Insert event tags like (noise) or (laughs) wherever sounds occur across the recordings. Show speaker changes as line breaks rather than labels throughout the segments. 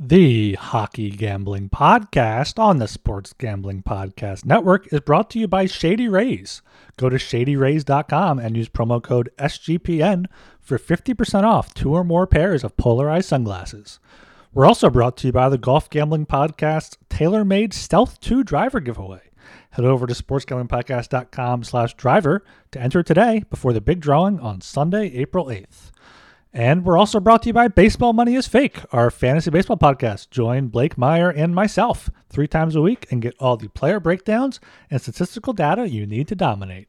The Hockey Gambling Podcast on the Sports Gambling Podcast Network is brought to you by Shady Rays. Go to shadyrays.com and use promo code SGPN for 50% off two or more pairs of polarized sunglasses. We're also brought to you by the Golf Gambling Podcast's tailor-made Stealth 2 driver giveaway. Head over to sportsgamblingpodcast.com slash driver to enter today before the big drawing on Sunday, April 8th. And we're also brought to you by Baseball Money is Fake, our fantasy baseball podcast. Join Blake Meyer and myself three times a week and get all the player breakdowns and statistical data you need to dominate.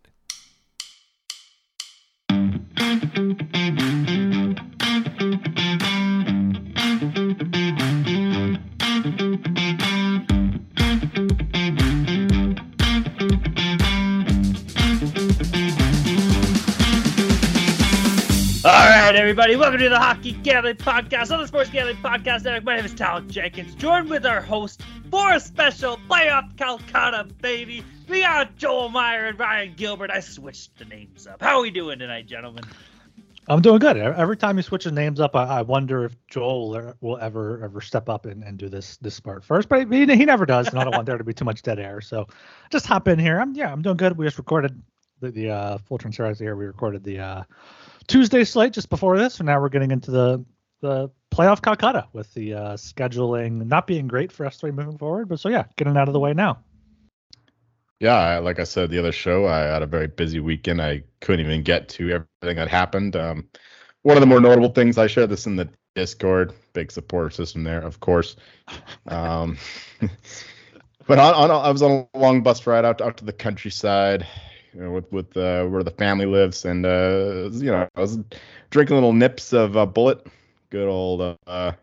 All right, everybody, welcome to the Hockey Gambling Podcast on the Sports Gambling Podcast Network. My name is Tal Jenkins, joined with our host for a special playoff Calcutta, baby. We got Joel Meyer and Ryan Gilbert. I switched the names up. How are we doing tonight, gentlemen?
I'm doing good. E-, Every time you switch the names up, I, I wonder if Joel will- will ever ever step up and, and do this this part first. But he, he never does, and I don't want there to be too much dead air. So just hop in here. I'm yeah, I'm doing good. We just recorded the, the uh, full transparency here. We recorded the uh, Tuesday slate just before this, and now we're getting into the the playoff Calcutta with the uh, scheduling not being great for us three moving forward. But so yeah, getting out of the way now.
Yeah, I, like I said the other show, I had a very busy weekend. I couldn't even get to everything that happened. Um, one of the more notable things, I shared this in the Discord, big support system there, of course. Um, (laughs) but on, on, I was on a long bus ride out out to the countryside, you know, with with uh, where the family lives, and uh, you know, I was drinking little nips of uh, Bullet, good old uh,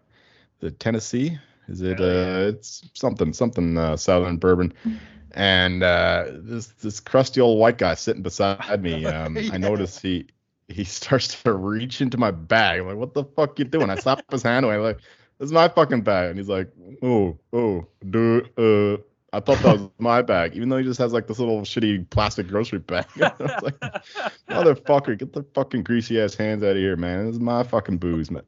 the Tennessee. Is it?
Hell yeah.
Uh, it's something something uh, Southern bourbon and uh, this this crusty old white guy sitting beside me, um, I notice he he starts to reach into my bag. I'm like, what the fuck you doing? I slap his hand away. Like, this is my fucking bag, and he's like, oh oh dude, uh, I thought that was my bag, even though he just has like this little shitty plastic grocery bag. (laughs) I was like, motherfucker, get the fucking greasy ass hands out of here, man. This is my fucking booze, man.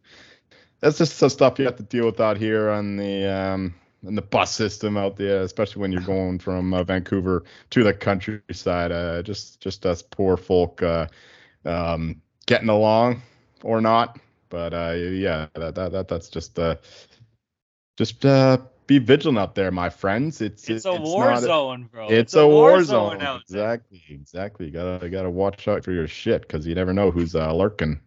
That's just some stuff you have to deal with out here on the um on the bus system out there, especially when you're going from uh, Vancouver to the countryside. Uh, just just us poor folk uh, um, getting along or not. But uh, yeah, that, that, that that's just uh, just uh, be vigilant out there, my friends. It's
It's a
it's
war
not
zone, bro.
it's, a, war, zone.
out there.
Exactly, exactly. You gotta you gotta watch out for your shit because you never know who's uh, lurking.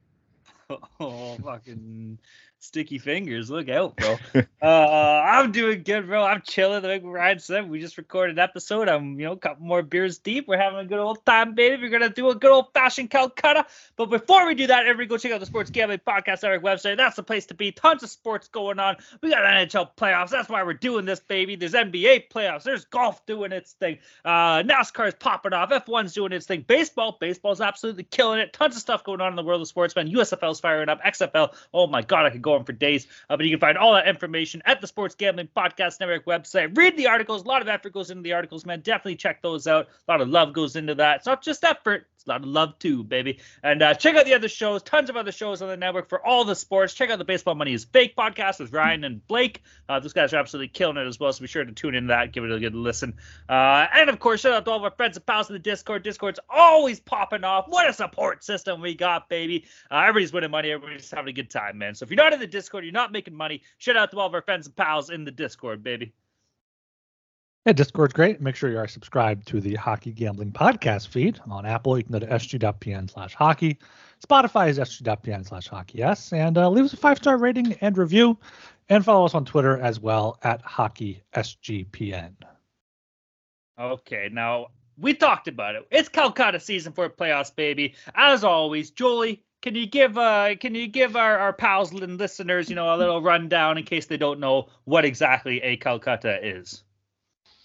(laughs) Oh, fucking sticky fingers. Look out, bro. uh, I'm doing good, bro. I'm chilling. Like Ryan said, we just recorded an episode. I'm, you know, a couple more beers deep. We're having a good old time, baby. We're going to do a good old fashioned Calcutta. But before we do that, everybody go check out the Sports Gambling Podcast Network website. That's the place to be. Tons of sports going on. We got NHL playoffs. That's why we're doing this, baby. There's NBA playoffs. There's golf doing its thing. Uh, NASCAR's popping off. F1's doing its thing. Baseball, baseball's absolutely killing it. Tons of stuff going on in the world of sports, man. USFL's firing up. XFL. Oh my God, I could go on for days. Uh, but you can find all that information at the Sports Gambling Podcast Network website. Read the articles. A lot of effort goes into the articles, man. Definitely check those out. A lot of love goes into that. It's not just effort. It's a lot of love too, baby. And uh, check out the other shows. Tons of other shows on the network for all the sports. Check out the Baseball Money is Fake podcast with Ryan and Blake. Uh, those guys are absolutely killing it as well. So be sure to tune in to that. Give it a good listen. Uh, and of course, shout out to all of our friends and pals in the Discord. Discord's always popping off. What a support system we got, baby. Uh, everybody's winning money. Everybody's having a good time, man. So if you're not in the Discord, you're not making money. Shout out to all of our friends and pals in the Discord, baby.
Yeah, Discord's great. Make sure you are subscribed to the Hockey Gambling Podcast feed on Apple. You can go to sg.pn slash hockey. Spotify is sg.pn slash hockey, yes. And uh, leave us a five star rating and review. And follow us on Twitter as well at hockey sgpn.
Okay, now we talked about it. It's Calcutta season for playoffs, baby. As always, Julie, can you give uh can you give our, our pals and listeners, you know, a little rundown in case they don't know what exactly a Calcutta is?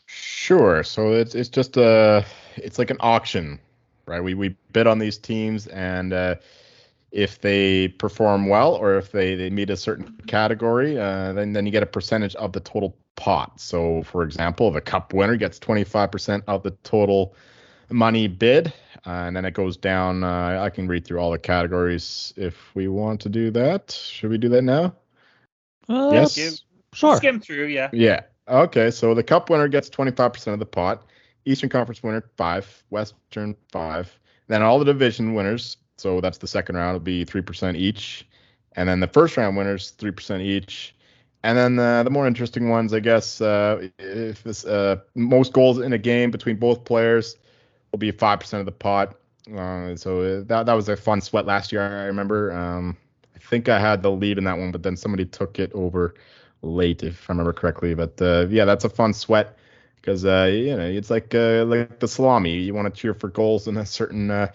Sure. So it's it's just a it's like an auction, right? We we bid on these teams, and uh, if they perform well or if they they meet a certain category, uh, then then you get a percentage of the total pot. So for example, if a cup winner gets 25% of the total money bid, uh, and then it goes down. Uh, I can read through all the categories if we want to do that. Should we do that now?
Uh,
yes.
give-
Sure.
Skim through, yeah.
Yeah. Okay. So the cup winner gets 25% of the pot. Eastern Conference winner, five. Western, five. Then all the division winners. So that's the second round, will be 3% each. And then the first round winners, 3% each. And then uh, the, the more interesting ones, I guess, uh, if this, uh, most goals in a game between both players will be 5% of the pot. Uh, so that, that was a fun sweat last year, I remember. Um, I think I had the lead in that one, but then somebody took it over late, if I remember correctly. But uh, yeah, that's a fun sweat because uh, you know it's like uh, like the salami. You want to cheer for goals in a certain uh,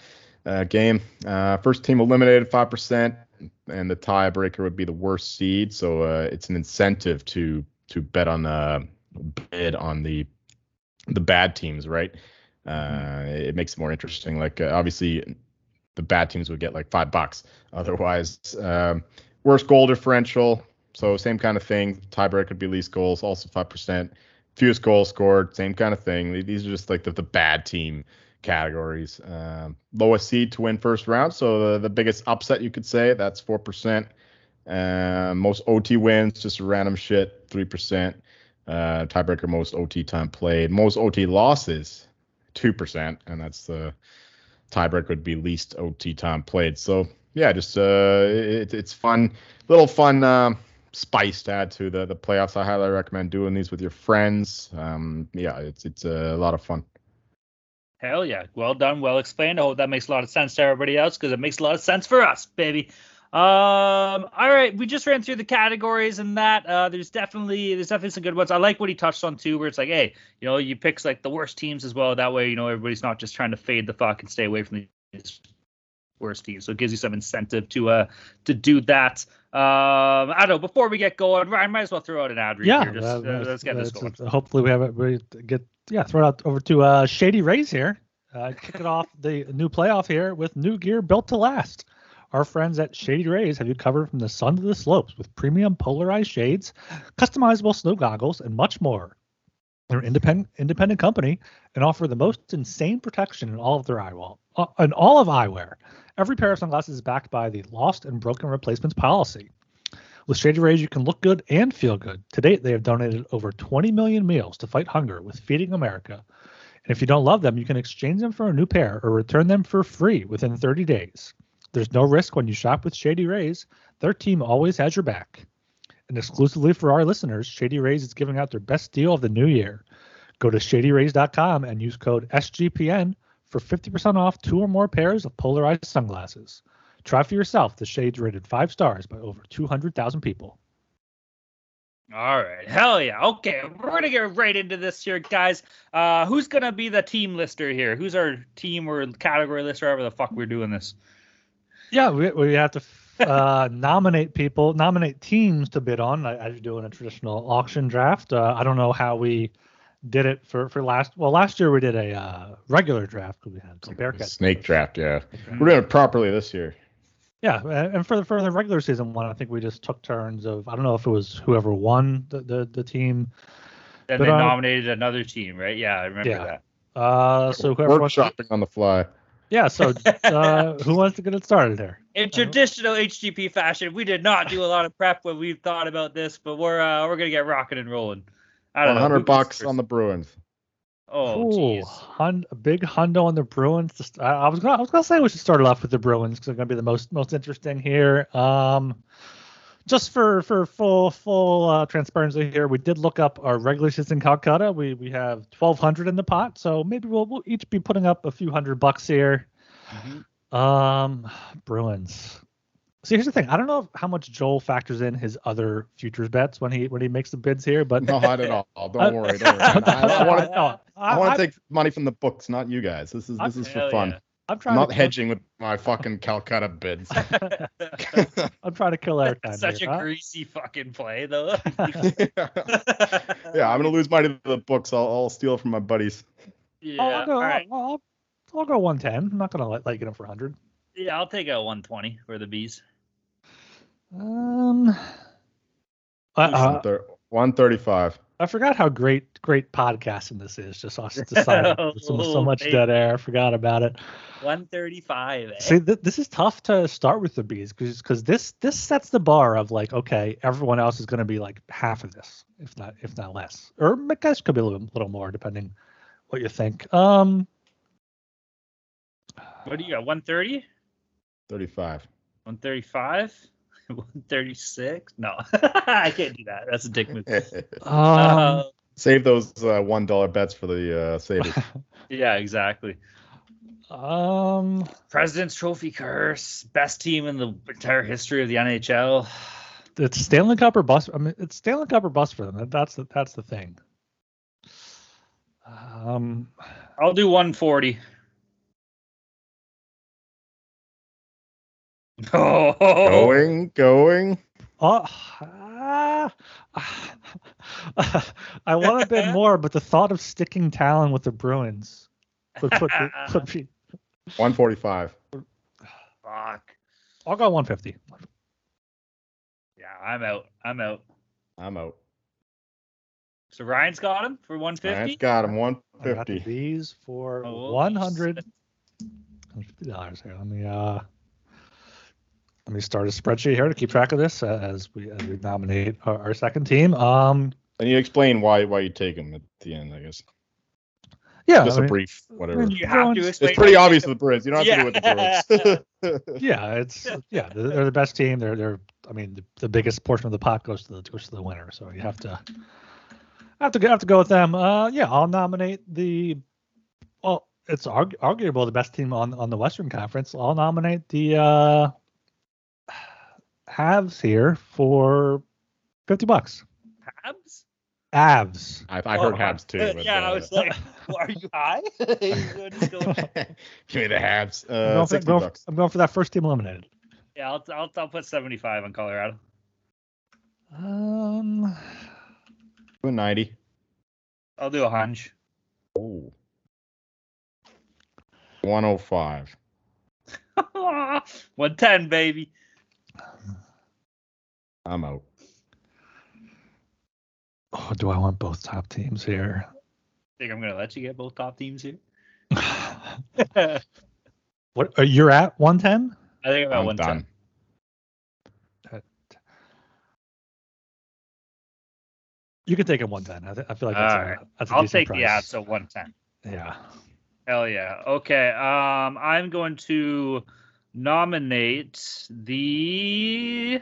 uh, game. Uh, first team eliminated five percent, and the tiebreaker would be the worst seed. So uh, it's an incentive to to bet on uh, bid on the the bad teams, right? Uh, it makes it more interesting. Like uh, obviously, the bad teams would get like five bucks. Otherwise, um, worst goal differential. So same kind of thing. Tiebreaker would be least goals, also five percent. Fewest goals scored, same kind of thing. These are just like the, the bad team categories. Um, lowest seed to win first round. So the, the biggest upset you could say that's four percent. Uh, most OT wins, just random shit, three percent. Uh, tiebreaker most OT time played. Most OT losses, two percent, and that's the tiebreaker would be least OT time played. So yeah, just uh, it, it's fun, little fun um, spice to add to the the playoffs. I highly recommend doing these with your friends. Um, yeah, it's it's a lot of fun.
Hell yeah. Well done. Well explained. I hope that makes a lot of sense to everybody else because it makes a lot of sense for us, baby. Um, all right, we just ran through the categories and that. Uh, there's definitely there's definitely some good ones. I like what he touched on too, where it's like, hey, you know, you picks like the worst teams as well. That way, you know, everybody's not just trying to fade the fuck and stay away from these worst teams. So it gives you some incentive to uh to do that. Um, I don't know. Before we get going, Ryan, might as well throw out an ad read
Yeah.
here. Just,
that-
uh,
that's-
let's get this
that's-
going.
that's- Hopefully we have it. We get yeah. Throw it out over to uh, Shady Rays here. Uh, kick it off the new playoff here with new gear built to last. Our friends at Shady Rays have you covered from the sun to the slopes with premium polarized shades, customizable snow goggles, and much more. They're an independent independent company and offer the most insane protection in all of their eyewear. Uh, in all of eyewear, every pair of sunglasses is backed by the lost and broken replacements policy. With Shady Rays, you can look good and feel good. To date, they have donated over 20 million meals to fight hunger with Feeding America. And if you don't love them, you can exchange them for a new pair or return them for free within 30 days. There's no risk when you shop with Shady Rays. Their team always has your back. And exclusively for our listeners, Shady Rays is giving out their best deal of the new year. Go to shadyrays.com and use code SGPN for 50% off two or more pairs of polarized sunglasses. Try for yourself the shades rated five stars by over 200,000 people.
All right, hell yeah. Okay, we're gonna get right into this here, guys. Uh, who's gonna be the team lister here? Who's our team or category lister, however the fuck we're doing this?
Yeah, we, we have (laughs) to uh, nominate people, nominate teams to bid on a- as you do in a traditional auction draft. Uh, I don't know how we did it for, for last. Well, last year we did a uh, regular draft because we had some Bearcats.
Snake draft, yeah. We're doing it properly this year.
Yeah, a- and for the for the regular season one, I think we just took turns of I don't know if it was whoever won the the, the team.
Then
But
they
I-
nominated another team, right? Yeah, I remember
Yeah. Uh, so whoever wants to,
Workshopping on the fly.
yeah, (laughs) so
that.
uh, who wants to get it started here?
In traditional HGP fashion, we did not do a lot of prep when we thought about this, but we're uh, we're gonna get rocking and rolling. I don't know.
100 bucks on the Bruins.
Oh,
Ooh,
jeez.
hun, a big hundo on the Bruins. Just- I, I was gonna, I was gonna say we should start it off with the Bruins because they're gonna be the most most interesting here. Um, just for for full full uh, transparency here, we did look up our regular season Calcutta. We we have twelve hundred in the pot, so maybe we'll we'll each be putting up a few hundred bucks here. Mm-hmm.
Mhm.
Um, Bruins. See, here's the thing. I don't know how much Joel factors in his other futures bets when he when he makes the bids here, but (laughs)
Not at all.
Uh,
Don't worry. Don't
(laughs)
worry. man. I, I want to.
no,
I
I-
want to take money from the books, not you guys. This is this is
Hell
for fun.
yeah.
I'm
I'm
trying
not
to
hedging with my fucking Calcutta bids. (laughs)
I'm trying to kill our time.
Such a
here, huh?
greasy fucking play,
(laughs)
though. (laughs)
yeah, I'm gonna lose money to the books. I'll, I'll steal from my buddies.
yeah.
I'll, I'll go,
all right.
I'll, I'll, I'll go 110. I'm not gonna let, let you get him for 100.
Yeah, I'll take a 120 for the bees.
Um. uh, uh, Uh-huh.
Thir- 135.
I forgot how great great podcasting this is. Just us deciding
Oh, (laughs)
so, so much
baby.
dead air. I forgot about it.
135. eh?
See, th- this is tough to start with the bees because this this sets the bar of like, okay, everyone else is going to be like half of this, if not if not less, or I guess could be a little, little more depending what you think. Um,
What do you got? 130?
(laughs) 35.
(laughs) 135? 136? No, (laughs) I can't do that. That's a dick move.
um,
Uh,
Save those uh, one dollar bets for the
(laughs)
uh, savers.
yeah, exactly. Uh,
um,
President's Trophy curse. Best team in the entire history of the NHL.
it's Stanley Cup or bust. I mean, it's Stanley Cup or bust for them. That- That's the that's the thing. Um,
I'll do 140. (laughs) Oh,
going, going.
Oh, ah, (laughs) ah. I want a bit more, but the thought of sticking Talon with the Bruins would put, me- put me.
One forty-five.
fuck.
I'll go 150.
Yeah, I'm out. I'm out.
I'm out.
So Ryan's got him for
Ryan's
150.
got him. One
I got
fifty.
these for
Oh,
100 dollars here. Let me uh, let me start a spreadsheet here to keep track of this uh, as we as we nominate our, our second team. Um,
And you explain why why you take him at the end, I guess.
yeah,
Just
I
a
mean,
brief, whatever.
mean,
You have to
It's
explain.
It's pretty obvious with the Bruins. You don't have
(laughs)
to do it with the Bruins. (laughs)
yeah, it's yeah, they're, they're the best team. They're they're I mean the, the biggest portion of the pot goes to the goes to the winner, so you have to have to go- have to go with them. Uh, yeah, I'll nominate the well, it's arg- arguable the best team on on the Western Conference. I'll nominate the uh Avs here for fifty bucks.
Habs?
Avs.
I, I heard
Oh,
Habs too.
Uh, (laughs)
But,
yeah, I
uh,
was
(laughs)
like, "Well, are you high? (laughs) You just go-
Give me the Habs.
I'm,
Uh,
going for,
sixty
going for-
bucks.
I'm going for that first team eliminated.
yeah, I'll, I'll, I'll put 75 on Colorado.
Um,
Doing Ninety.
I'll do a hunch. (laughs)
Oh. One oh five.
110, baby.
I'm out.
oh, do I want both top teams
(laughs)
here? (sighs)
Think I'm going to let you get both top teams here?
what uh, you're at 110?
I think about
I'm
110.
done.
You can take it 110. I, th- I feel like
All
that's,
right.
a, that's a
I'll
decent
take the
price.
abs at 110.
Yeah.
Hell yeah. Okay. Um, I'm going to nominate the.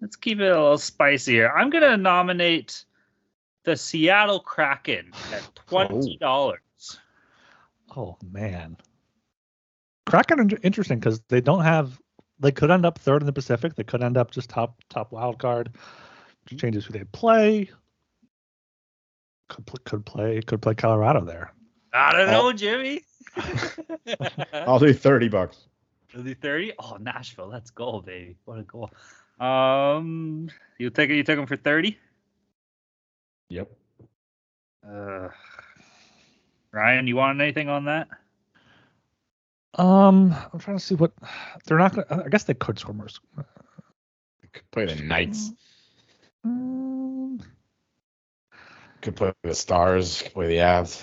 Let's keep it a little spicier. I'm going to nominate the Seattle Kraken at $20.
Oh man. Kraken are interesting because they don't have. They could end up third in the Pacific. They could end up just top top wild card.
Hmm.
Changes who they play. Could play, could play could play Colorado there.
I don't
I'll-
know, Jimmy.
I'll do thirty bucks.
Is he 30? Oh, Nashville. Let's go, baby. What a goal. Um, you take it. You took him for 30.
Yep.
Uh, Ryan, you want anything on that?
Um, I'm trying to see what they're not. gonna I guess they could score more. s-
Could play the Knights.
Mm,
Could play the Stars. Could play the Avs.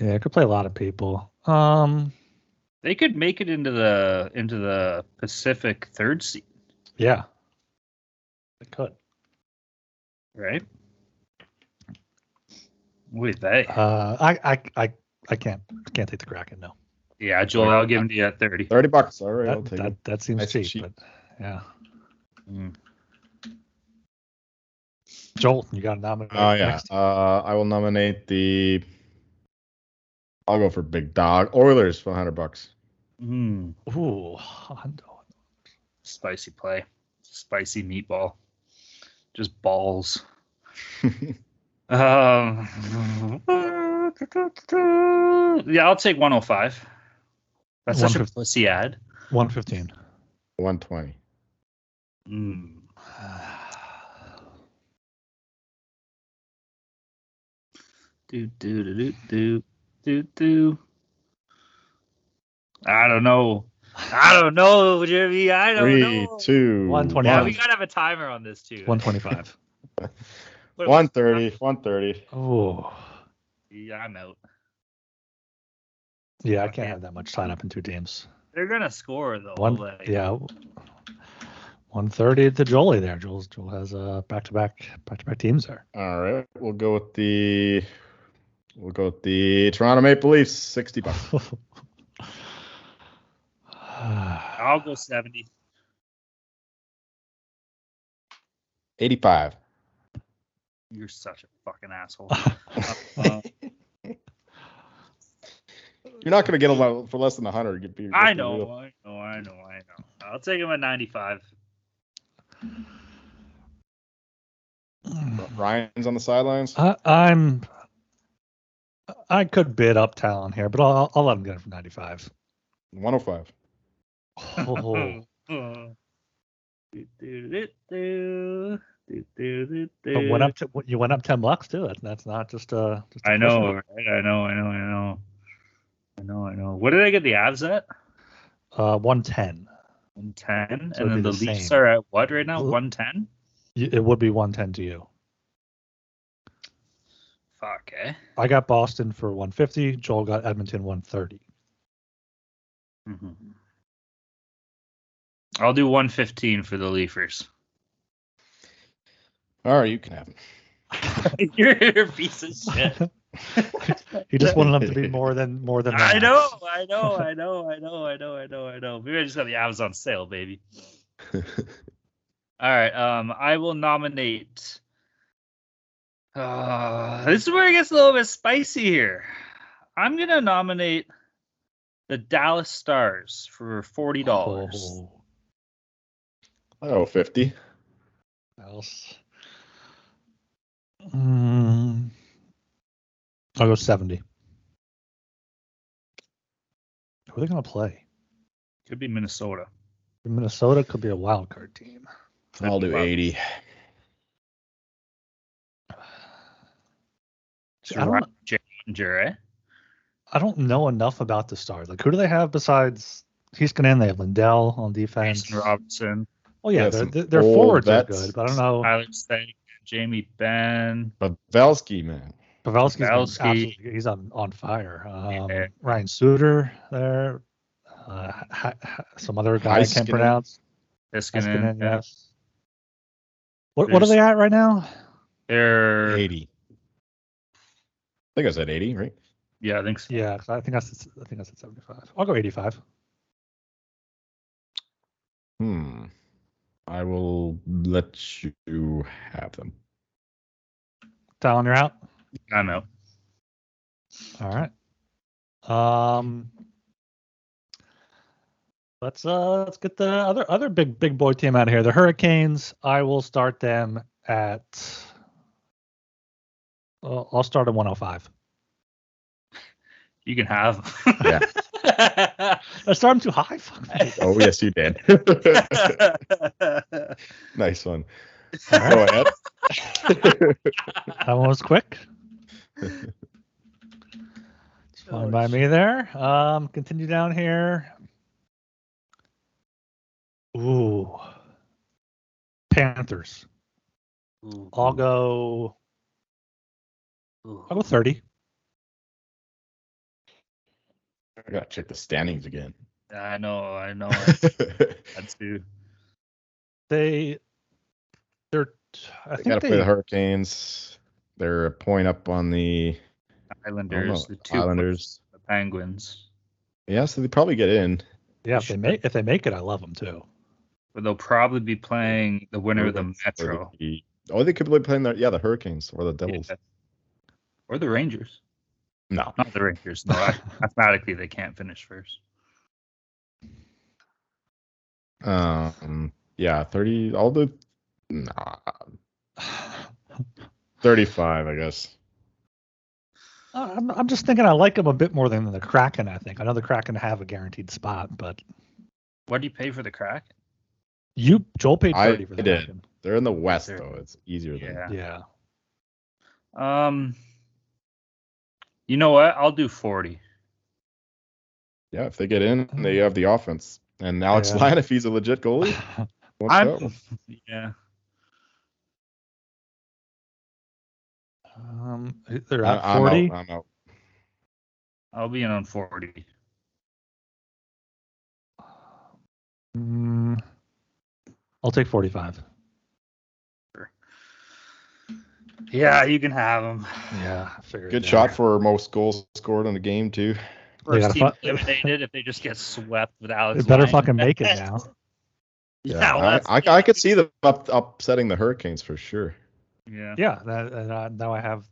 yeah, could play a lot of people. Um,
They could make it into the into the Pacific third seed,
yeah, they could.
right? Wait, they.
Uh, I, I, I, I can't, I can't take the Kraken. No,
Yeah, Joel, I'll give him to you at 30.
Thirty bucks. All right, I'll
that,
take
that,
it.
that seems
Nice and
cheap,
cheap.
But yeah,
Mm.
Joel, you got a nomination.
Oh yeah. Uh, I will nominate the. I'll go for big dog Oilers for hundred bucks. (laughs)
Mm.
Ooh, Hondo.
Spicy play. Spicy meatball. Just balls. Um, (laughs) yeah, I'll take 105. That's such a
150.
pussy ad.
one (sighs) fifteen.
One twenty.
Mm. Do, do, do, do, do, do, do. I don't know. I don't know, Jimmy. I don't
Three,
know.
two,
One twenty.
Yeah,
one. (sighs)
we gotta have a timer on this too.
One twenty-five.
What about-
130, 130.
Oh,
Yeah, I'm out.
yeah, I can't have that much tied up in two teams.
They're gonna score though.
One,
like,
yeah, one thirty to Jolie there. Joel's Joel has uh back to back back to back teams there.
All right, we'll go with the we'll go with the Toronto Maple Leafs,
(sighs)
sixty (sighs) bucks.
I'll go seventy.
85.
You're such a fucking
(laughs)
asshole. Uh,
You're not going to get a lot for less than 100. You'd be- let's
I
be
know,
real.
I know, I know, I know. I'll take him at ninety-five.
Ryan's on the sidelines.
I, I'm. I could bid up Talon here, but I'll, I'll let him get it for 95.
105.
(laughs) Oh, but went up to you went up 10 bucks too. That's that's not just uh. Just a
I know,
push-up.
right? I know, I know, I know. I know, I know. What did I get the abs at?
Uh, 110.
110.
So it'd
and then
be
the,
the
Leafs
same.
are at what right now?
Well-
110?
Y- It would be 110 to you.
Fuck, eh?
I got Boston for 150. Joel got Edmonton 130. Mm-hmm.
Mhm. I'll do 115 for the Leafers. (laughs)
All right, you can have him.
You're a piece of shit.
(laughs) he just wanted
(laughs)
him to be more than more than.
I
that.
know, I know, I know, I know, I know, I know, I know. Maybe I just got the abs on sale,
(laughs)
baby. All right. Um, I will nominate. Uh, this is where it gets a little bit spicy here. I'm gonna nominate the Dallas Stars for forty dollars.
Oh,
Oh, 50.
else. Mm, I'll go 70. Who are they going to play?
Could be Minnesota.
Minnesota could be a wild card team.
I'll do
Wow.
80.
I don't,
Jeringer, eh?
I don't know enough about the Stars. Like, who do they have besides Heiskanen? They have Lindell on defense.
Mason Robertson,
Oh, yeah,
Yeah,
their,
some
their their
old
forwards are
vets.
good, but I don't know.
Tyler Steig, Jamie Ben.
Pavelski, man.
Pavelski's
Pavelski.
Pavelski. he's on, on fire. Um,
Yeah.
Ryan Suter there. Uh, ha, ha, some other guy I can't
Heiskanen.
pronounce.
Niskanen,
Heiskanen,
yeah.
yes. What, what are
There's-
they at right now?
They're
80. I think I said 80, right?
yeah, I think so.
Yeah, 'cause I think I said, I think I said 75. I'll go 85.
Hmm. I will let you have them.
Talon, you're out.
I'm out.
All right. Um, let's uh let's get the other other big big boy team out of here. The Hurricanes. I will start them at. Uh, I'll start at 105.
You can have.
Yeah.
I start them too high. Fuck me.
Oh, yes, you did. (laughs) nice one. Oh,
All right.
Go ahead.
That one was
(laughs)
quick.
Oh,
Fine by me there. Um, continue down here. Ooh, Panthers.
(laughs) Ooh,
I'll go.
ooh.
I'll go thirty.
I gotta check the standings again.
I know, (laughs) I
(laughs)
know. That's too.
They, they're. I
they
think
gotta
they.
play the Hurricanes. They're a point up on the
Islanders, the
know,
two
Islanders.
the Penguins,
yeah, so they probably get in.
yeah, if they make if they make it, I love them too. (sighs)
but they'll probably be playing the winner of the Metro
Or the- oh, they could be playing the yeah the Hurricanes or the Devils.
Yeah. or the Rangers.
No,
Not the Rangers.
(laughs)
No, I- mathematically they can't finish first.
um, yeah, thirty. I'll do nah, thirty-five, I guess.
I'm, I'm just thinking I like them a bit more than the Kraken. I think I know the Kraken have a guaranteed spot, but
What do you pay for the crack?
you Joel paid
I
thirty for the
did.
Kraken.
They're in the West
Sure.
though. It's easier than
Yeah.
Yeah.
Um, you know what? I'll do forty.
yeah. If they get in, they
Mm-hmm.
have the offense. And Alex
Yeah.
Lyon, if he's a legit
(laughs)
(laughs)
goalie, what's
I'm-
up?
Yeah.
Um, they're
I-
at
I'm out,
40.
I'm out.
I'll be in on 40.
Mm, I'll take 45.
Yeah, you can have him.
Hmm.
Yeah, I figured
Good
that.
shot for most goals scored on the game too.
gotta
First team
fu-
(laughs) eliminated if they just get swept with Alex.
They better
Lyon.
fucking make it now.
yeah,
I-
well, that's-
I, I, could see them up, upsetting the Hurricanes for sure.
yeah.
Yeah, that, and I, now I have.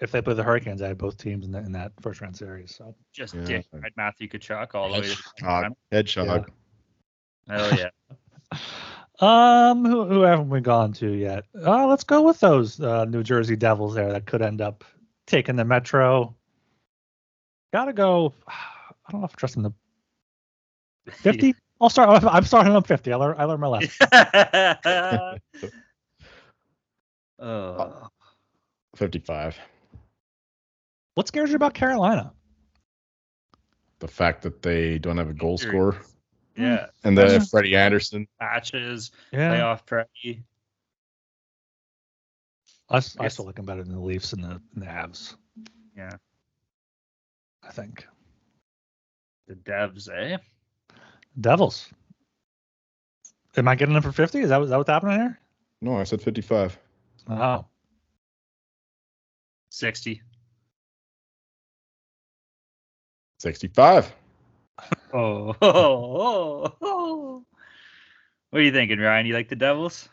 If they play the Hurricanes, I had both teams in, that in that first round series. So
just
Yeah.
dick right Matthew Kachuk all the way. To
(laughs)
the
Headshot, headshot.
Hell yeah.
Um, who, who haven't we gone to yet? Uh, let's go with those uh, New Jersey Devils there that could end up taking the Metro. Gotta go. (sighs) I don't know if I trust in the
(laughs)
(laughs) 50. I'll start. I'm starting on 50. I learned, I learned my (laughs) lesson.
Uh, oh,
55.
What scares you about Carolina?
The fact that they don't have a goal
Injuries.
scorer
yeah.
and
Yeah.
Mm-hmm.
then Freddie Anderson.
Patches,
Hmm. Yeah,
playoff Freddie.
I, s- I still like them better than the Leafs and the, and the Avs.
Yeah.
I think
The Devs, eh?
Devils. Am I getting them for 50? Is that, is that what's happening here?
No, I said 55.
Oh,
60.
65.
Oh, oh, oh. (laughs) What are you thinking, Ryan? You like the Devils?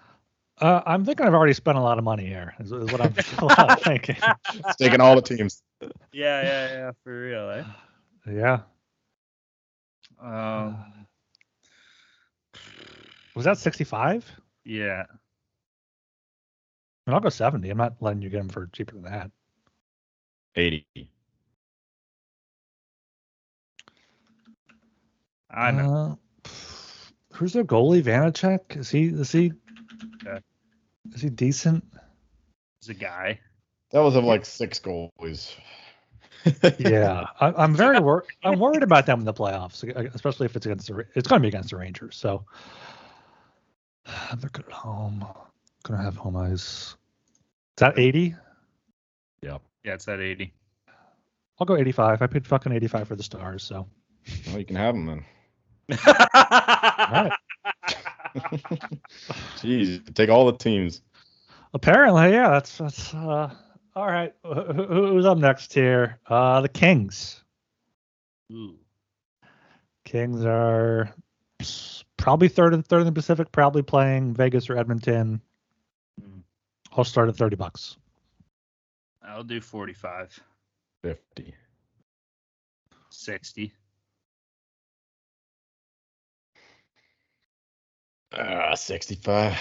Uh, I'm thinking I've already spent a lot of money here. Is, is what I'm (laughs) what I'm thinking.
(laughs)
It's taking all the teams.
Yeah, yeah, yeah, for real, eh?
Yeah.
(sighs) Um,
Uh, Was that 65? I
yeah.
mean, I'll go 70. I'm not letting you get them for cheaper than that.
80.
I know.
Uh, who's their goalie? Vanacek? Is he is he
Yeah.
is he decent?
He's a guy.
That was of like six goalies.
Yeah, I, I'm very worried. I'm worried about them in the playoffs, uh, especially if it's against the. Ra- It's going to be against the Rangers, so (sighs) they're good at home. Gonna have home ice. Is that 80?
Yeah, it's at 80.
I'll go 85. I paid fucking 85 for the Stars, so.
Well, you can have them then.
Alright.
Jeez, take all the teams.
Apparently, yeah, that's that's uh all right. Wh- wh- Who's up next here? Uh the Kings.
(laughs) Ooh.
Kings are probably third and third in the Pacific, probably playing Vegas or Edmonton.
Mm.
I'll start at 30 bucks.
I'll do 45.
50.
60.
Uh, 65.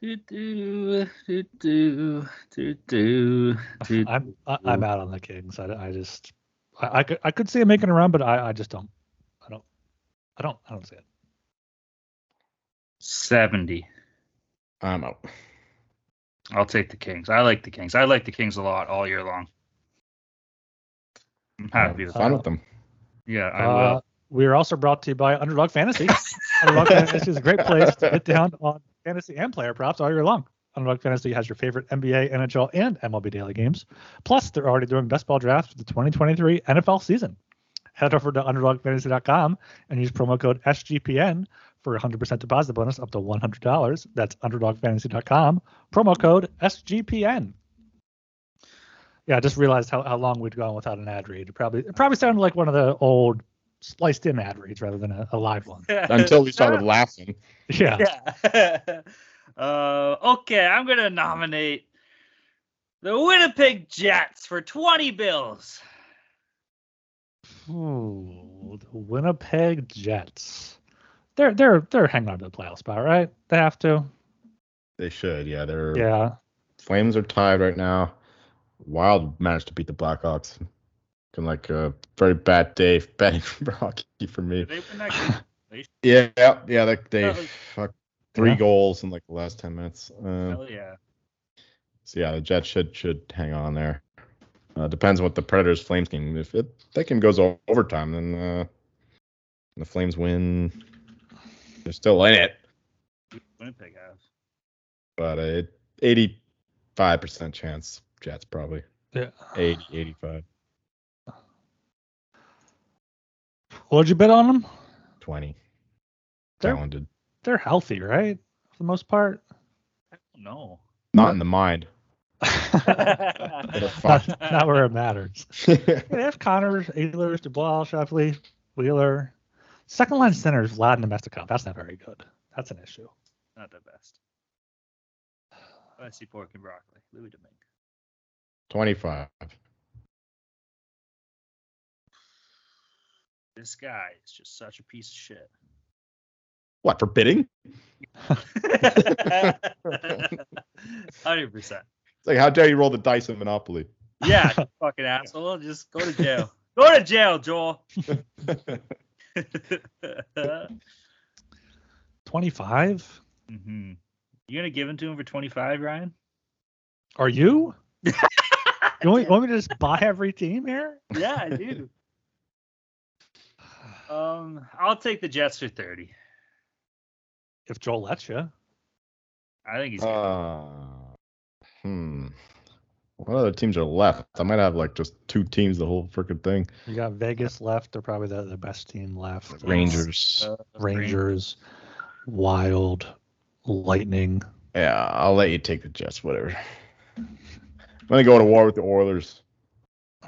Do do do do do do. do.
I'm I, I'm out on the Kings. I, I just I, I could I could see him making a run, but I I just don't I don't I don't I don't see it.
70.
I'm out.
I'll take the Kings. I like the Kings. I like the Kings a lot all year long. I'm happy
I'm
with
fine
that.
with them.
Yeah, I
uh,
will.
We are also brought to you by Underdog
(laughs)
Fantasy. Underdog Fantasy is a great place to get down on fantasy and player props all year long. Underdog Fantasy has your favorite NBA, NHL, and MLB daily games. Plus, they're already doing best ball drafts for the 2023 NFL season. Head over to UnderdogFantasy.com and use promo code SGPN for a 100% deposit bonus up to $100. That's UnderdogFantasy.com, promo code SGPN. Yeah, I just realized how, how long we'd gone without an ad read. It probably, it probably sounded like one of the old spliced in ad reads rather than a, a live one. (laughs)
Uh,
(laughs)
Until we started laughing.
Yeah.
Yeah. (laughs) uh, okay, I'm gonna nominate the Winnipeg Jets for 20 bills.
Ooh, the Winnipeg Jets. They're they're they're hanging on to the playoff spot, right? They have to.
They should. Yeah, they're
Yeah.
Flames are tied right now. Wild managed to beat the Blackhawks. Been like a very bad day (laughs) of betting for hockey for me.
Did they win that game?
(laughs) Yeah, yeah, they, they
Oh.
fuck three
Yeah.
goals in like the last ten minutes. Uh,
Hell yeah.
so yeah, the Jets should should hang on there. Uh, depends what the Predators Flames game. If it, that game goes o- overtime, then uh, the Flames win. They're still in it.
Winnipeg have.
but it eighty-five percent chance Jets probably
Yeah.
80, 85,
What'd you bet on them?
20.
They're-
Talented,
They're healthy, right? For the most part. (laughs)
(laughs)
No. (laughs)
not in the mind.
not, not where it matters. Yeah, they have Connors, Ehlers, Dubois, Sheffley, Wheeler. Second line center is Vlad Nemestikov. That's not very good. That's an issue.
Not the best. I see pork and broccoli. Louis Domingue.
Twenty-five.
This guy is just such a piece of (laughs) shit.
What for bidding?
Hundred percent.
It's like how dare you roll the dice in Monopoly? (laughs)
Yeah, (laughs) you fucking asshole. Just go to jail. Go to jail, (laughs) Joel. mm-hmm.
25?
You gonna give him to him for twenty five, Ryan?
Are you? you want, want me to just buy every team here?
Yeah, I do. Um, I'll take the Jets for thirty.
If Joel lets you.
I think he's.
uh, hmm. What other teams are left? I might have like just two teams the whole freaking thing.
You got Vegas left. They're probably the, the best team left.
Rangers.
uh,
Rangers, Wild, Lightning.
Yeah, I'll let you take the Jets, whatever. I'm gonna go to war with the Oilers.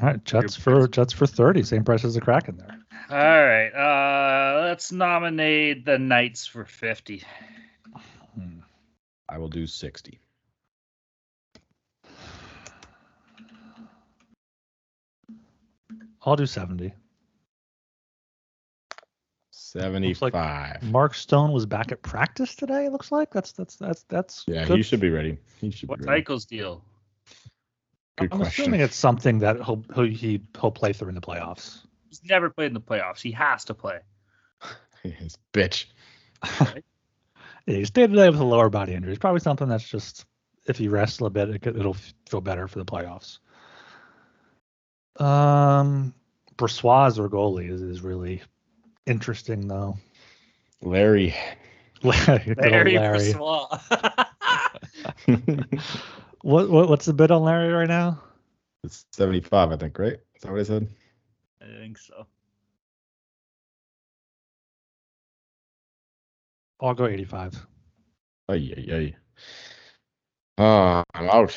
All right, Jets for Jets for 30. Same price as the Kraken there.
All right. Uh, let's nominate the Knights for fifty.
Hmm.
I will do 60.
I'll do 70.
75.
Mark Stone was back at practice today. It looks like that's that's that's that's.
yeah,
good.
he should be ready. He should
What's
be ready.
Eichel's deal?
Good
I'm
question.
assuming it's something that he'll he'll, he, he'll play through in the playoffs.
He's never played in the playoffs. He has
(laughs)
to play.
(laughs) His bitch.
Yeah, he's day to day with a lower body injury. It's probably something that's just if he rests a little bit, it could, it'll feel better for the playoffs. Um, Brassois as their goalie is, is really interesting though. (laughs)
Larry. (laughs)
Larry, good old
Larry
Larry.
(laughs) Brassois.
it's
What, what what's the bid on Larry right now?
75, I think, right? Is that what I said?
I think so.
I'll go 85.
Oh, yeah, yeah. Uh, I'm out.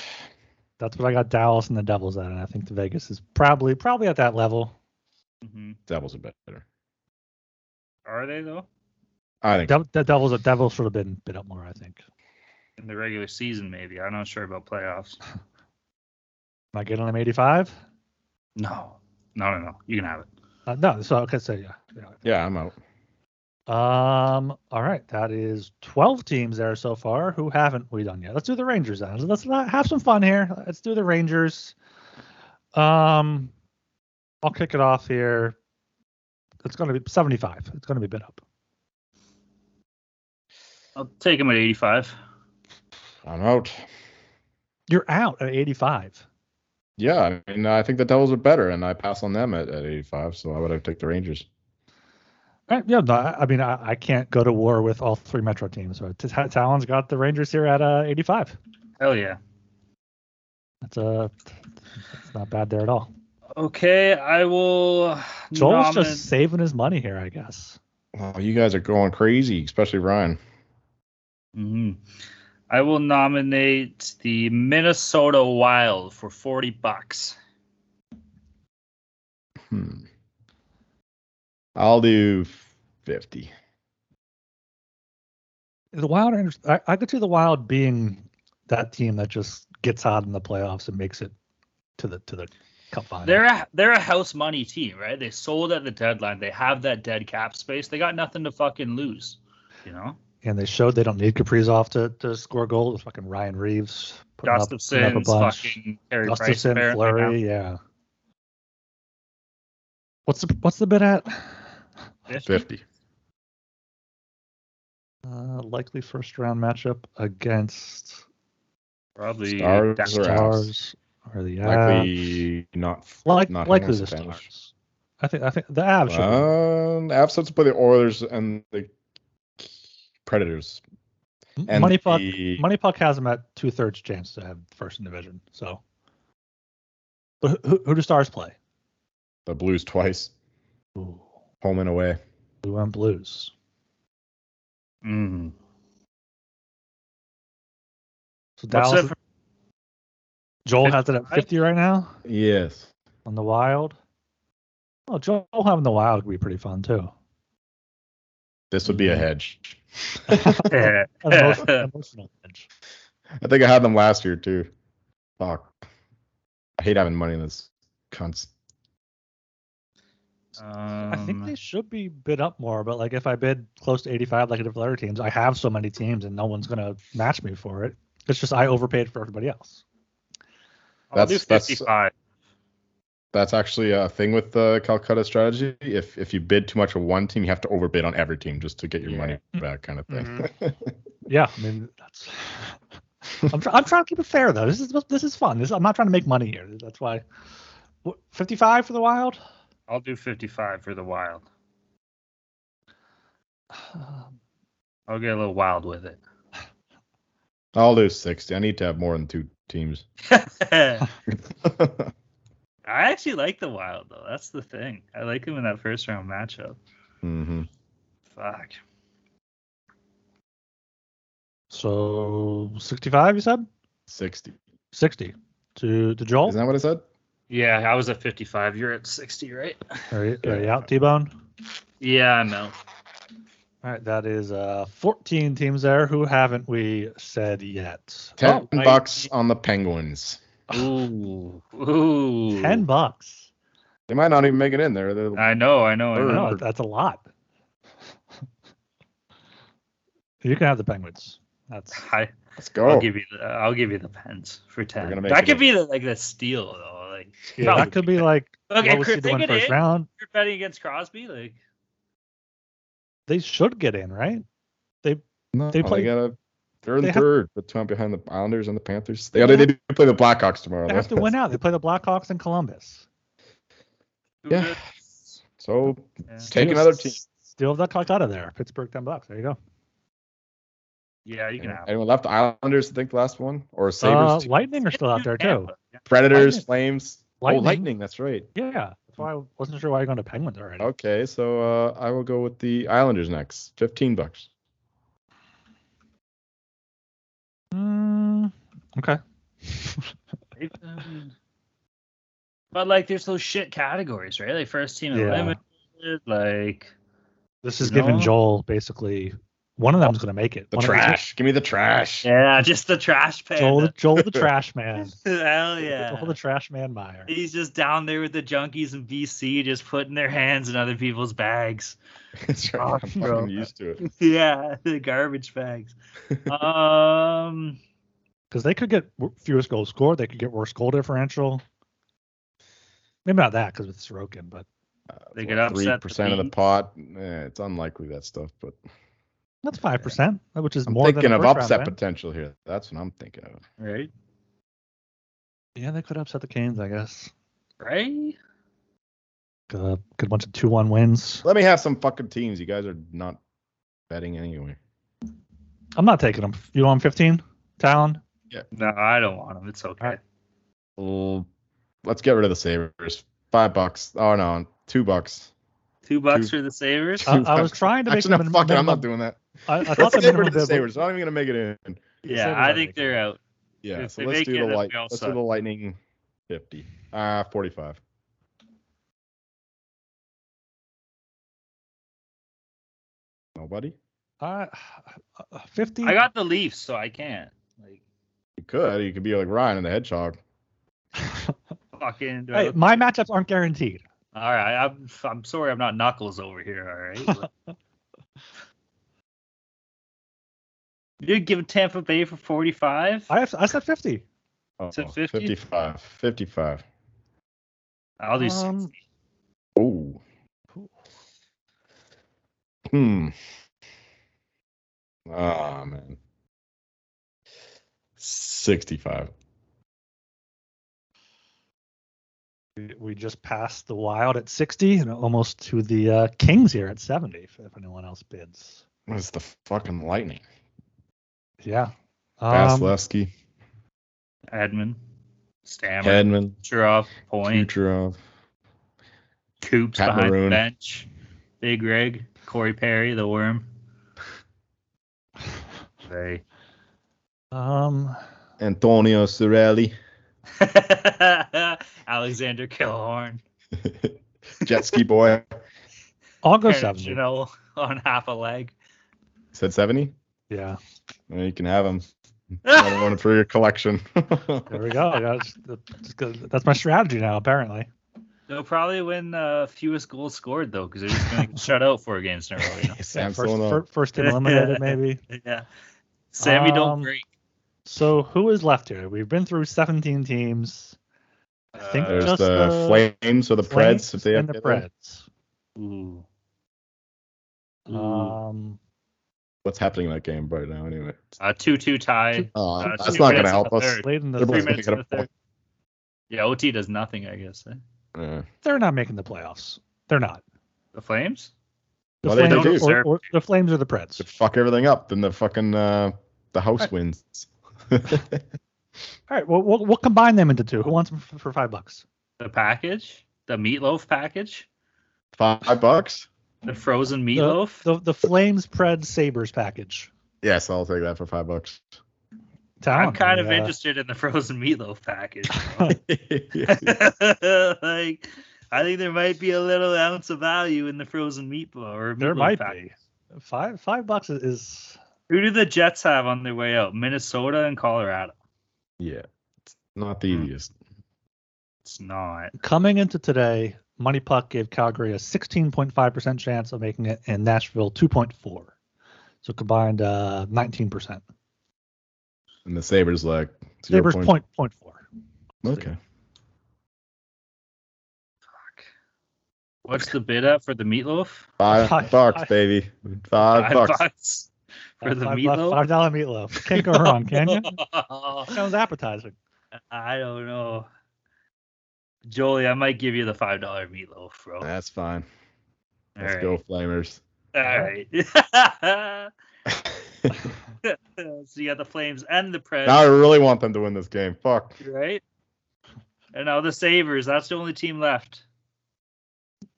That's what I got Dallas and the Devils at, and I think the Vegas is probably probably at that level.
hmm
Devils are better.
Are they though?
I think.
Dev- the Devils, the Devils should have been bid up more, I think.
In the regular season, maybe. I'm not sure about playoffs.
Am I getting them 85?
No. No, no, no. You can have it.
Uh, no, so okay, so yeah, yeah.
Yeah, I'm out.
Um, all right, that is 12 teams there so far. Who haven't we done yet? Let's do the Rangers then. Let's not have some fun here. Let's do the Rangers. Um, I'll kick it off here. It's going to be 75. It's going to be bid up.
I'll take him at 85.
I'm out.
You're out at 85.
Yeah, I mean, I think the Devils are better, and I pass on them at, at 85, so I would have taken the Rangers.
Right, Uh, yeah, no, I I mean, I, I can't go to war with all three Metro teams. So T- Ta- Talon's got the Rangers here at uh, 85.
Hell yeah.
That's uh, that's not bad there at all.
Okay, I will.
Joel's
nomin-
just saving his money here, I guess.
Oh, you guys are going crazy, especially Ryan.
Mhm. I will nominate the Minnesota Wild for 40 bucks.
Hmm. I'll do 50.
The Wild, are inter- I, I could see the Wild being that team that just gets hot in the playoffs and makes it to the to the cup final.
They're a, they're a house money team, right? They sold at the deadline. They have that dead cap space. They got nothing to fucking lose, you know?
and they showed they don't need Kaprizov to, to score a goal. It was fucking Ryan Reeves. putting up- putting up a
Gustafson's
bunch.
fucking Carey Price.
Gustafson,
apparently
Flurry, yeah. What's the what's the bid at?
now.
50.
Uh, likely first round matchup against
Probably.
Stars
that's-
or-
Stars or the Avs.
Likely not.
Like,
not
likely the
against the Avs.
Stars. I think I think the Avs. should win.
Um, Absence play the Oilers and the Predators. And
Money Puck,
the-
Money Puck has him at two thirds chance to have first in division. So, but who, who do Stars play?
The Blues twice,
Ooh,
home and away.
Blue on Blues. (laughs)
Mm.
So
What's
Dallas,
that for-
Joel has it at
55?
fifty right now
Yes.
on the Wild. Oh, Joel having the Wild would be pretty fun (laughs) too.
This would be
Mm-hmm.
a hedge.
Yeah.
An (laughs) emotional, an emotional edge.
I think I had them last year too. Fuck. I hate having money in this cunts.
I think
Um,
they should be bid up more, but like if I bid close to 85, like I did for other teams, I have so many teams and no one's gonna match me for it. It's just I overpaid for everybody else.
I'll do
That's- that's-
55.
That's actually a thing with the Calcutta strategy. If if you bid too much on one team, you have to overbid on every team just to get your
Yeah.
money back, kind of thing.
Mm-hmm.
(laughs)
Yeah, I mean that's. (laughs) I'm, try- I'm trying to keep it fair though. This is this is fun. This I'm not trying to make money here. That's why. What, 55 for the Wild.
I'll do 55 for the wild.
Um,
I'll get a little wild with it.
I'll do sixty. I need to have more than two teams.
(laughs)
(laughs)
I actually like the wild though. That's the thing. I like him in that first round matchup.
hmm
Fuck.
So 65, you said?
Sixty.
60 to to Joel.
Isn't that what I said?
Oh,
Yeah, I was at 55. You're at 60, right?
Are you, are you out, T-Bone?
Yeah, I know.
All right, that is uh 14 teams there. Who haven't we said yet?
Ten
I-
bucks on the Penguins.
Ooh. Ooh.
10 Oh, bucks.
They might not even make it in there. They're-
Ah,
I know, I know, I
Or-
know.
No, that's a lot. you can have the Penguins.
(laughs)
That's
I,
Let's
I'll
go.
give you the I'll give you the pens for
Oh. gonna
ten.
make
That
it
could
a-
be the, like the steal though. Like
yeah, that
probably.
could be like
okay,
lowest
Chris,
seed to
they
win
get
first
in.
round.
You're betting against Crosby, like
They should get in, right?
No,
They
they
play-
gotta. They're in
they have-
third, but two behind the Islanders and the Panthers. They, they, do play the Blackhawks tomorrow.
They
though.
have to win out. They play the Blackhawks in Columbus.
who
Yeah.
does-
So
yeah.
Take another team.
Steal that clock out of there. Pittsburgh 10 bucks. There you go.
Yeah, you can have.
anyone left? Islanders, I think last one or
Uh,
Sabers,
Lightning are still out there too.
Tampa, yeah.
Predators,
Lightning.
Flames.
Lightning.
Oh, Lightning. That's right.
Yeah, that's why I wasn't sure why you're going to Penguins already.
Okay, so uh, I will go with the Islanders next. Fifteen bucks.
Mm, okay.
Um, But like, there's those shit categories, right? Like first team
Yeah.
eliminated, like
This is
You
giving
know?
Joel basically one of them's going to make it.
The
One of these-
trash. Give me the trash.
yeah, just the trash pan.
Joel, Joel the trash man.
(laughs) Hell
Joel
yeah.
the trash man Meyer.
He's just down there with the junkies in BC, just putting their hands in other people's bags.
(laughs) That's right,
Oh,
I'm
bro.
fucking used to it.
(laughs) yeah, the garbage bags. um,
Because they could get w- fewest goals scored. They could get worse goal differential. Maybe not that because with Sorokin, but
They could upset the
percent of the
Bees.
pot. Eh, it's unlikely that stuff, but
that's 5%, which is
I'm
more
thinking
than a
of
first round
upset
win.
potential here. That's what I'm thinking of.
right,
Yeah, they could upset the Canes, I guess.
right.
Could, uh, could bunch of 2 1 wins.
Let me have some fucking teams. You guys are not betting anyway.
I'm not taking them. You want 15?
(laughs)
Talon?
No, I don't want them. It's okay.
Well, let's get rid of the Sabres. Five bucks. Oh no, two bucks.
Two bucks
Two-
for the Sabers.
I,
Two
I was
bucks.
trying to make
Actually, no,
the min-
fuck it.
minimum-
I'm not doing that.
I, I thought
(laughs) Let's
the
get rid
minimum
of the
bid was-
Sabres. Not even gonna make it in.
Sabres
yeah,
are
I think
making
they're out.
Yeah.
If
so
they
let's
make
do
it,
the
then
light.
we all
Let's do
suck.
the lightning. Fifty. Ah, forty-five. Nobody.
uh, uh, 50.
I got the Leafs, so I can't. Like
You could. You could be like Ryan and the Hedgehog.
fucking. do
(laughs)
I
Hey,
look-
my matchups aren't guaranteed.
all right, I'm I'm sorry, I'm not Knuckles over here. All right.
(laughs)
Like- You're giving Tampa Bay for 45.
I, have, I said 50.
Oh,
it 50?
55. 55.
I'll do.
Um,
60.
Oh. Hmm. Ah man. 65.
We- We just passed the Wild at 60 and almost to the uh, Kings here at 70 if, if anyone else bids.
It's the fucking lightning.
Yeah. Um,
Vasilevsky,
Edmund, Stammer,
Hedman,
Kucherov, Point,
Kucherov.
Coops
Pat
behind
Maroon.
the bench, Big Rig, Corey Perry, the Worm. They.
um,
Antonio Cirelli,
(laughs) Alexander Killhorn,
jet
(laughs)
ski boy.
I'll go
Aaron
seventy.
Gino on half a leg.
Said 70?
Yeah.
Well, you can
(laughs)
have him. Another one for your collection. (laughs)
There we go. (laughs) That's, that's my strategy now. Apparently.
They'll probably win uh, fewest goals scored though, because they're just going to (laughs) shut out four games in a row.
(laughs)
You know?
Yeah,
Sam's
first,
going
fir-
up.
first team eliminated
(laughs)
maybe.
Yeah. Sammy
Um,
don't break.
So who is left here? We've been through 17 teams. I think
Uh,
There's
just
the
the
Flames or the
Flames
Preds if they have
and the Preds.
Ooh. Ooh.
Um,
What's happening in that game right now anyway?
Uh, two-two tie.
Uh,
Uh,
that's
two
not
minutes
going to
in
help
the
us.
third.
late in the
They're both
Three
third,
minutes
making
in
it
the
a
third. Yeah, OT does nothing, I guess. eh?
Yeah.
they're not making the playoffs. They're not.
The Flames?
The
Well, they
Flames
do.
Or, or the Flames or the Preds.
to fuck everything up, then the fucking uh, the house
Right.
wins. (laughs)
All right, well, we'll we'll combine them into two. Who wants them for, for five bucks?
The package? The meatloaf package?
Five bucks?
The frozen meatloaf?
The the Flames Preds Sabers package.
Yes, I'll take that for
(laughs)
five bucks. (laughs)
Town.
I'm kind of
uh,
interested in the (laughs) frozen
(laughs)
meatloaf package.
yeah,
like, I think there might be a little ounce of value in the frozen meatball or meatloaf
There might
package.
be five five bucks is, is
Who do the Jets have on their way out? Minnesota and Colorado.
it's not the
Hmm.
easiest.
It's not.
coming into today. Money Puck gave Calgary a 16.5% chance of making it, and Nashville 2.4. So combined, uh, 19%.
And the Sabres like zero
Sabers
point-
point point four.
Okay.
What's the bid up for the meatloaf? (laughs)
Five,
Five-
bucks,
five-
baby. Five, bucks.
bucks for the
Five-
meatloaf.
Five dollar
(laughs)
meatloaf. Can't go wrong, can you? Sounds appetizing.
I don't know. Jolie, I might give you the five dollar meatloaf, bro.
That's fine.
All
Let's
right.
go, Flamers.
All right. (laughs)
(laughs)
so you got the Flames and the Preds,
now I really want them to win this game. Fuck.
right? And now the Sabers. That's the only team left.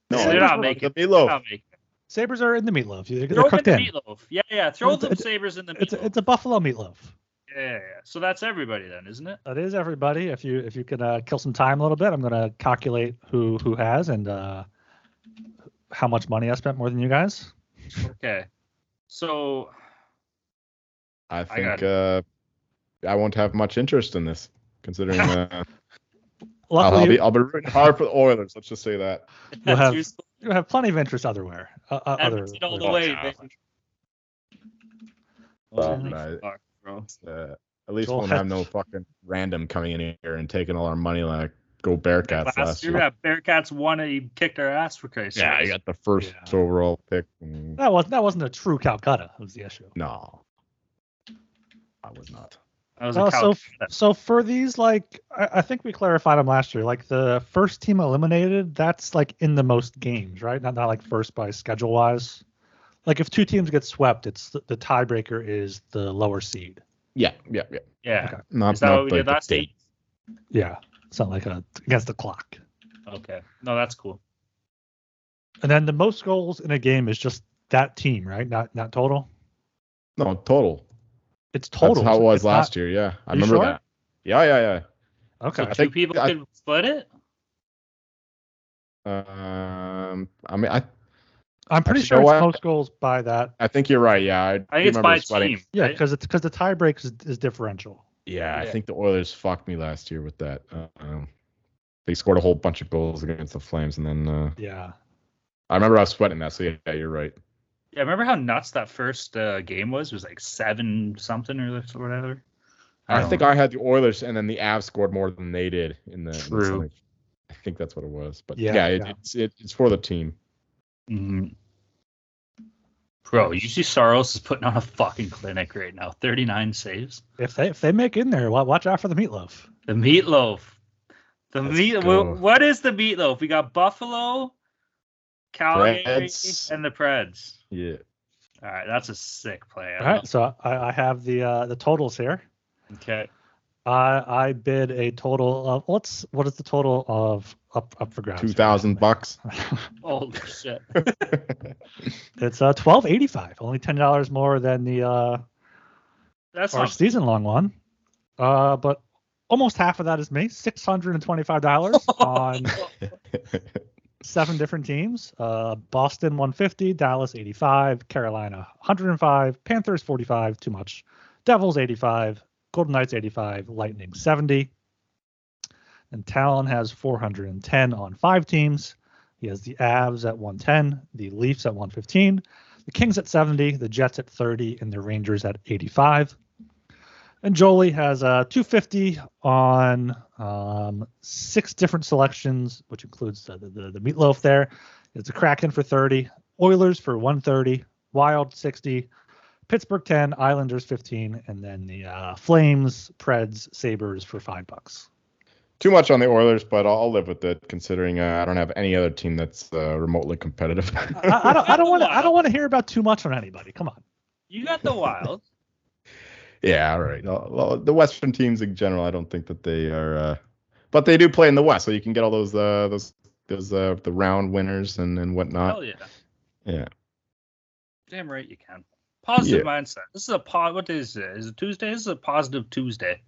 No,
they're
I-
not making.
The meatloaf.
Not making.
Sabers are in the meatloaf. Oh. They're, they're
Throw them
cooked
in
in.
the meatloaf. Yeah, yeah. Throw
It's-
them
it's-
Sabers in the meatloaf.
It's a, it's a buffalo meatloaf.
yeah, yeah, yeah. So that's everybody then, isn't it?
That is everybody. If you if you can uh, kill some time a little bit, I'm gonna calculate who who has and uh, how much money I spent more than you guys.
Okay. So (laughs)
I
I got
think uh, I won't have much interest in this,
(laughs)
considering uh, I'll,
Luckily,
I'll be I'll be rooting hard for the Oilers. Let's just say that.
We'll have-
That's your-
you have plenty of interest otherwhere. Uh, uh, other,
Edmonton all the
other-
way,
Wow.
baby.
Wow.
Holy
Right.
fuck, bro.
Uh, at least
Joel
won't
had-
have no fucking random coming in here and taking all our money like go Bearcats
Last,
last,
year,
year.
yeah, Bearcats won it. You kicked our ass for Christ's
Yeah, I
sake.
got the first
Yeah.
overall pick. and-
That was that wasn't a true Calcutta. Was the issue.
No, I was not.
That was
Well,
a
so
cow.
f- So for these, like I, I think we clarified them last year. Like the first team eliminated, that's like in the most games, right? Not not like first by schedule wise. Like if two teams get swept, it's the, the tiebreaker is the lower seed.
Yeah, yeah, yeah.
yeah.
okay.
Not,
Is that
not
what we did
the
last
date.
date?
Yeah, it's not like a against the clock.
Okay. No, that's cool.
And then the most goals in a game is just that team, right? Not not total.
No total.
It's total.
That's how it was
It's not-
last year. Yeah, I
Are you
remember
sure?
that. Yeah, yeah,
Okay.
So two
think-
people
I-
could split it.
yeah. Um, I mean, I
I'm pretty
Actually,
sure
you know
it's
what?
most goals by that.
I think you're right. Yeah, I,
I think it's
remember
by
sweating.
team.
Yeah,
right?
because it's because the tiebreak is, is differential.
Yeah, I
Yeah.
think the Oilers fucked me last year with that. Uh, um, they scored a whole bunch of goals against the Flames, and then uh,
Yeah.
I remember I was sweating that. So yeah, you're right.
Yeah, remember how nuts that first uh, game was? It was like seven something or whatever.
I
don't
think
know.
I had the Oilers, and then the Avs scored more than they did in the. in the
True.
semi. I think that's what it was, but
Yeah,
yeah, it,
yeah.
It's, it, it's for the team.
Mhm. Bro, you see Saros is putting on a fucking clinic right now. 39 saves.
If they if they make in there, wa- watch out for the meatloaf.
The meatloaf. The
Let's
meat.
go.
wh- What is the meatloaf? We got Buffalo, Calgary,
Preds.
and the Preds.
Yeah,
All right, that's a sick play.
All right, so I, I have the uh, the totals here.
Okay.
I I bid a total of let's what is the total of up up for grabs?
Two thousand bucks.
Holy shit.
(laughs)
(laughs)
It's uh twelve eighty five, only ten dollars more than the uh
That's
our
not,
season long one. Uh, but almost half of that is me, six hundred and twenty five dollars on seven different teams. Uh, Boston 150, Dallas 85, Carolina 105, Panthers 45, too much. Devils 85, Golden Knights 85, Lightning 70. And Talon has 410 on five teams. He has the Avs at 110, the Leafs at 115, the Kings at 70, the Jets at 30, and the Rangers at 85. And Jolie has uh, 250 on um, six different selections, which includes the, the, the meatloaf there. It's a Kraken for 30, Oilers for 130, Wild 60, Pittsburgh 10, Islanders 15, and then the uh, Flames, Preds, Sabres for five bucks.
Too much on the Oilers, but I'll, I'll live with it considering uh, I don't have any other team that's uh, remotely competitive. (laughs)
I, I don't I don't want to I don't want to hear about too much from anybody. Come on.
you got the
(laughs)
wild.
yeah, all right. Uh, well, the Western teams in general, I don't think that they are, uh, but they do play in the West, so you can get all those uh, those those uh, the round winners and and
Oh,
whatnot.
Hell yeah.
Yeah.
Damn right you can. Positive
Yeah.
mindset. This is a po- what day is it? Is it Tuesday? This is a positive Tuesday.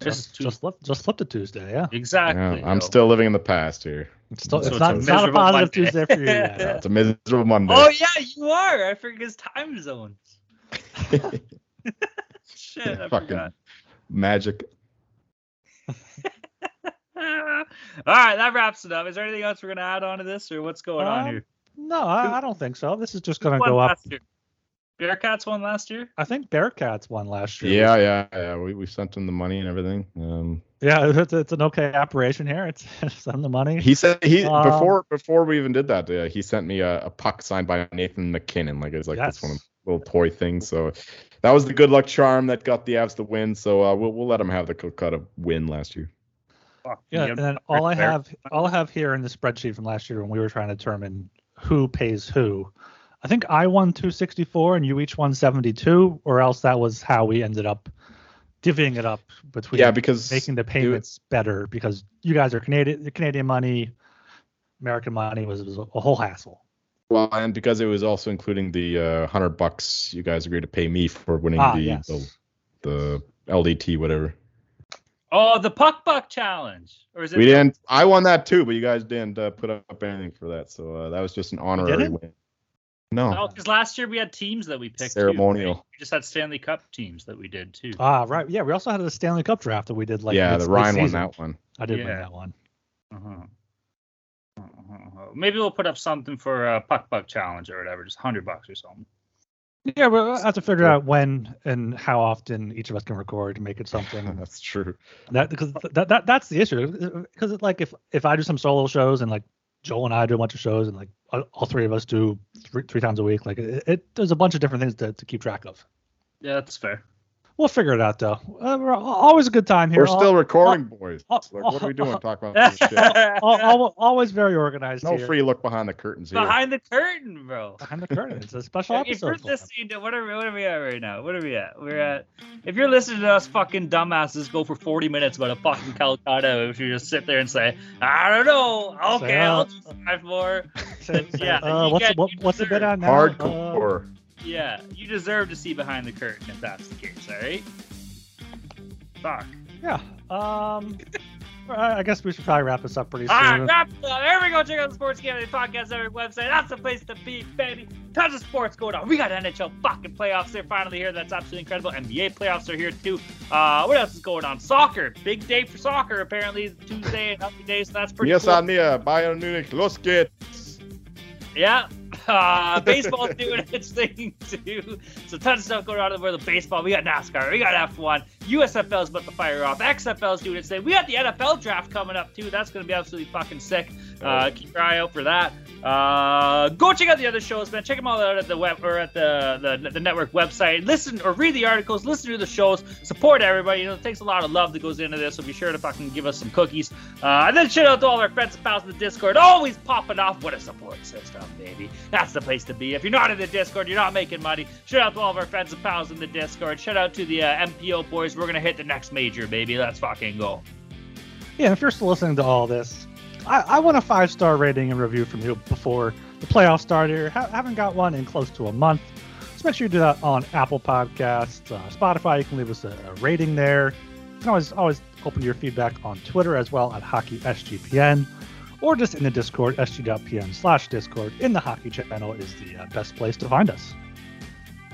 This is
Just
Tues-
just flip, just flipped to Tuesday, yeah.
Yeah,
Exactly.
I'm
yo.
still living in the past here.
It's, still, it's
So it's
not
a
it's not a
miserable
positive
Monday.
Tuesday for you. Yeah,
Yeah, (laughs) it's a miserable Monday.
Oh yeah, you are. I forget his time zone. (laughs) Shit,
Yeah,
I
fucking-
forgot. (laughs)
Magic.
Ah. All right, that wraps it up. Is there anything else we're gonna add on to this, or what's going on
Um,
here?
No, I, I don't think so. This is just going
Who
to go
won
up.
last year? Bearcats won last year.
I think Bearcats won last year.
Yeah, yeah, yeah. We we sent him the money and everything. Um,
yeah. (laughs) It's, it's an okay operation here. (laughs) It's send the money.
he said he
Um,
before before we even did that, uh, he sent me a, a puck signed by Nathan McKinnon. Like it's like
yes.
this one little toy thing. So that was the good luck charm that got the Avs the win. So uh, we'll we'll let him have the Calcutta win last year.
Fuck,
Yeah, uh,
you
and then all I
there.
have, all I have here in the spreadsheet from last year when we were trying to determine who pays who. I think I won 264 and you each won 72, or else that was how we ended up divvying it up between
yeah, because
making the payments better because you guys are Canadian, the Canadian money, American money was, was a whole hassle.
well, and because it was also including the uh, hundred bucks you guys agreed to pay me for winning
Ah,
the,
yes.
the the LDT whatever.
Oh, the puck buck challenge, or is it?
We didn't. I won that too, but you guys didn't uh, put up anything for that. So uh, that was just an honorary
didn't?
win. No,
because Oh, last year we had teams that we picked. too, right?
ceremonial.
We just had Stanley Cup teams that we did too.
Ah, right. Yeah, we also had a Stanley Cup draft that we did like
yeah,
mid-
the Ryan won
mid-season.
that one. (laughs)
I did win
Yeah.
that one.
Uh-huh. Uh-huh. Maybe we'll put up something for a puck buck challenge or whatever, just hundred bucks or something.
Yeah, we'll have to figure out when and how often each of us can record to make it
(laughs)
something
That's true.
that because th- that, that that's the issue because it's like if if I do some solo shows and like Joel and I do a bunch of shows and like all all three of us do three, three times a week like it, it there's a bunch of different things to, to keep track of.
Yeah, that's fair.
We'll figure it out though. Uh, we're al- always a good time here.
We're
Al-
still recording, boys.
oh,
Like, what are we doing?
(laughs)
Talking about this shit.
al-
Behind
al- always very organized.
No
here.
free look behind the curtains here.
the curtain, bro.
behind the curtain. It's a special
If you're
episode. for them.
listening to what are, what are we at right now? What are we at? We're at. If you're listening to us fucking dumbasses go for 40 minutes about a fucking Calcutta, if you just sit there and say, I don't know, okay,
Say, uh,
I'll try for. Yeah,
Uh,
you
what's
get-
what,
you
what's the bid
deserve.
on now? Uh,
Hardcore.
Yeah, you deserve to see behind the curtain if that's the case, all right? Fuck.
Uh, Yeah. Um. I I guess we should probably wrap this up pretty soon.
All right, wrap it up. Everybody go check out the Sports Gambling Podcast every website. That's the place to be, baby. Tons of sports going on. We got NHL fucking playoffs. They're finally here. That's absolutely incredible. NBA playoffs are here too. Uh, what else is going on? Soccer. Big day for soccer. Apparently Tuesday and other days. So that's pretty
Yes,
cool.
Ania, Bayern Munich, los geht's.
Yeah. (laughs) Uh, baseball's doing its thing too. So tons of stuff going on in the world of baseball. We got NASCAR. We got F1. USFL is about to fire off. XFL is doing its thing. We got the NFL draft coming up too. That's going to be absolutely fucking sick. Uh, keep your eye out for that. Uh, go check out the other shows, man. Check them all out at the web or at the, the the network website. Listen or read the articles. Listen to the shows. Support everybody. You know, it takes a lot of love that goes into this. So be sure to fucking give us some cookies. Uh, and then shout out to all our friends and pals in the Discord. Always popping off. What a support system, baby. That's the place to be. If you're not in the Discord, you're not making money. Shout out to all of our friends and pals in the Discord. Shout out to the uh, MPO boys. We're gonna hit the next major, baby. Let's fucking go.
Yeah, if you're still listening to all this, I, I want a five star rating and review from you before the playoffs start here. Ha- haven't got one in close to a month. So make sure you do that on Apple Podcasts, uh, Spotify. You can leave us a, a rating there. You can always always open to your feedback on Twitter as well at HockeySGPN or just in the Discord, sg.pn slash Discord. In the hockey channel is the uh, best place to find us.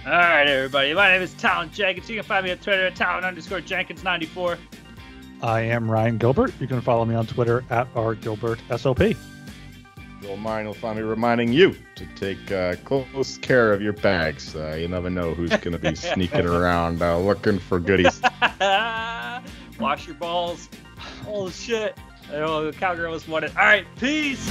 All right, everybody. My name is Talon Jenkins. You can find me on Twitter at Talon underscore Jenkins94.
I am Ryan Gilbert. You can follow me on Twitter at rgilbertsop.
Bill Mine will finally reminding you to take uh, close care of your bags. Uh, you never know who's going to be sneaking around uh, looking for goodies.
(laughs) Wash your balls. (sighs) Holy shit. Oh, the Cowgirls won it. All right, peace.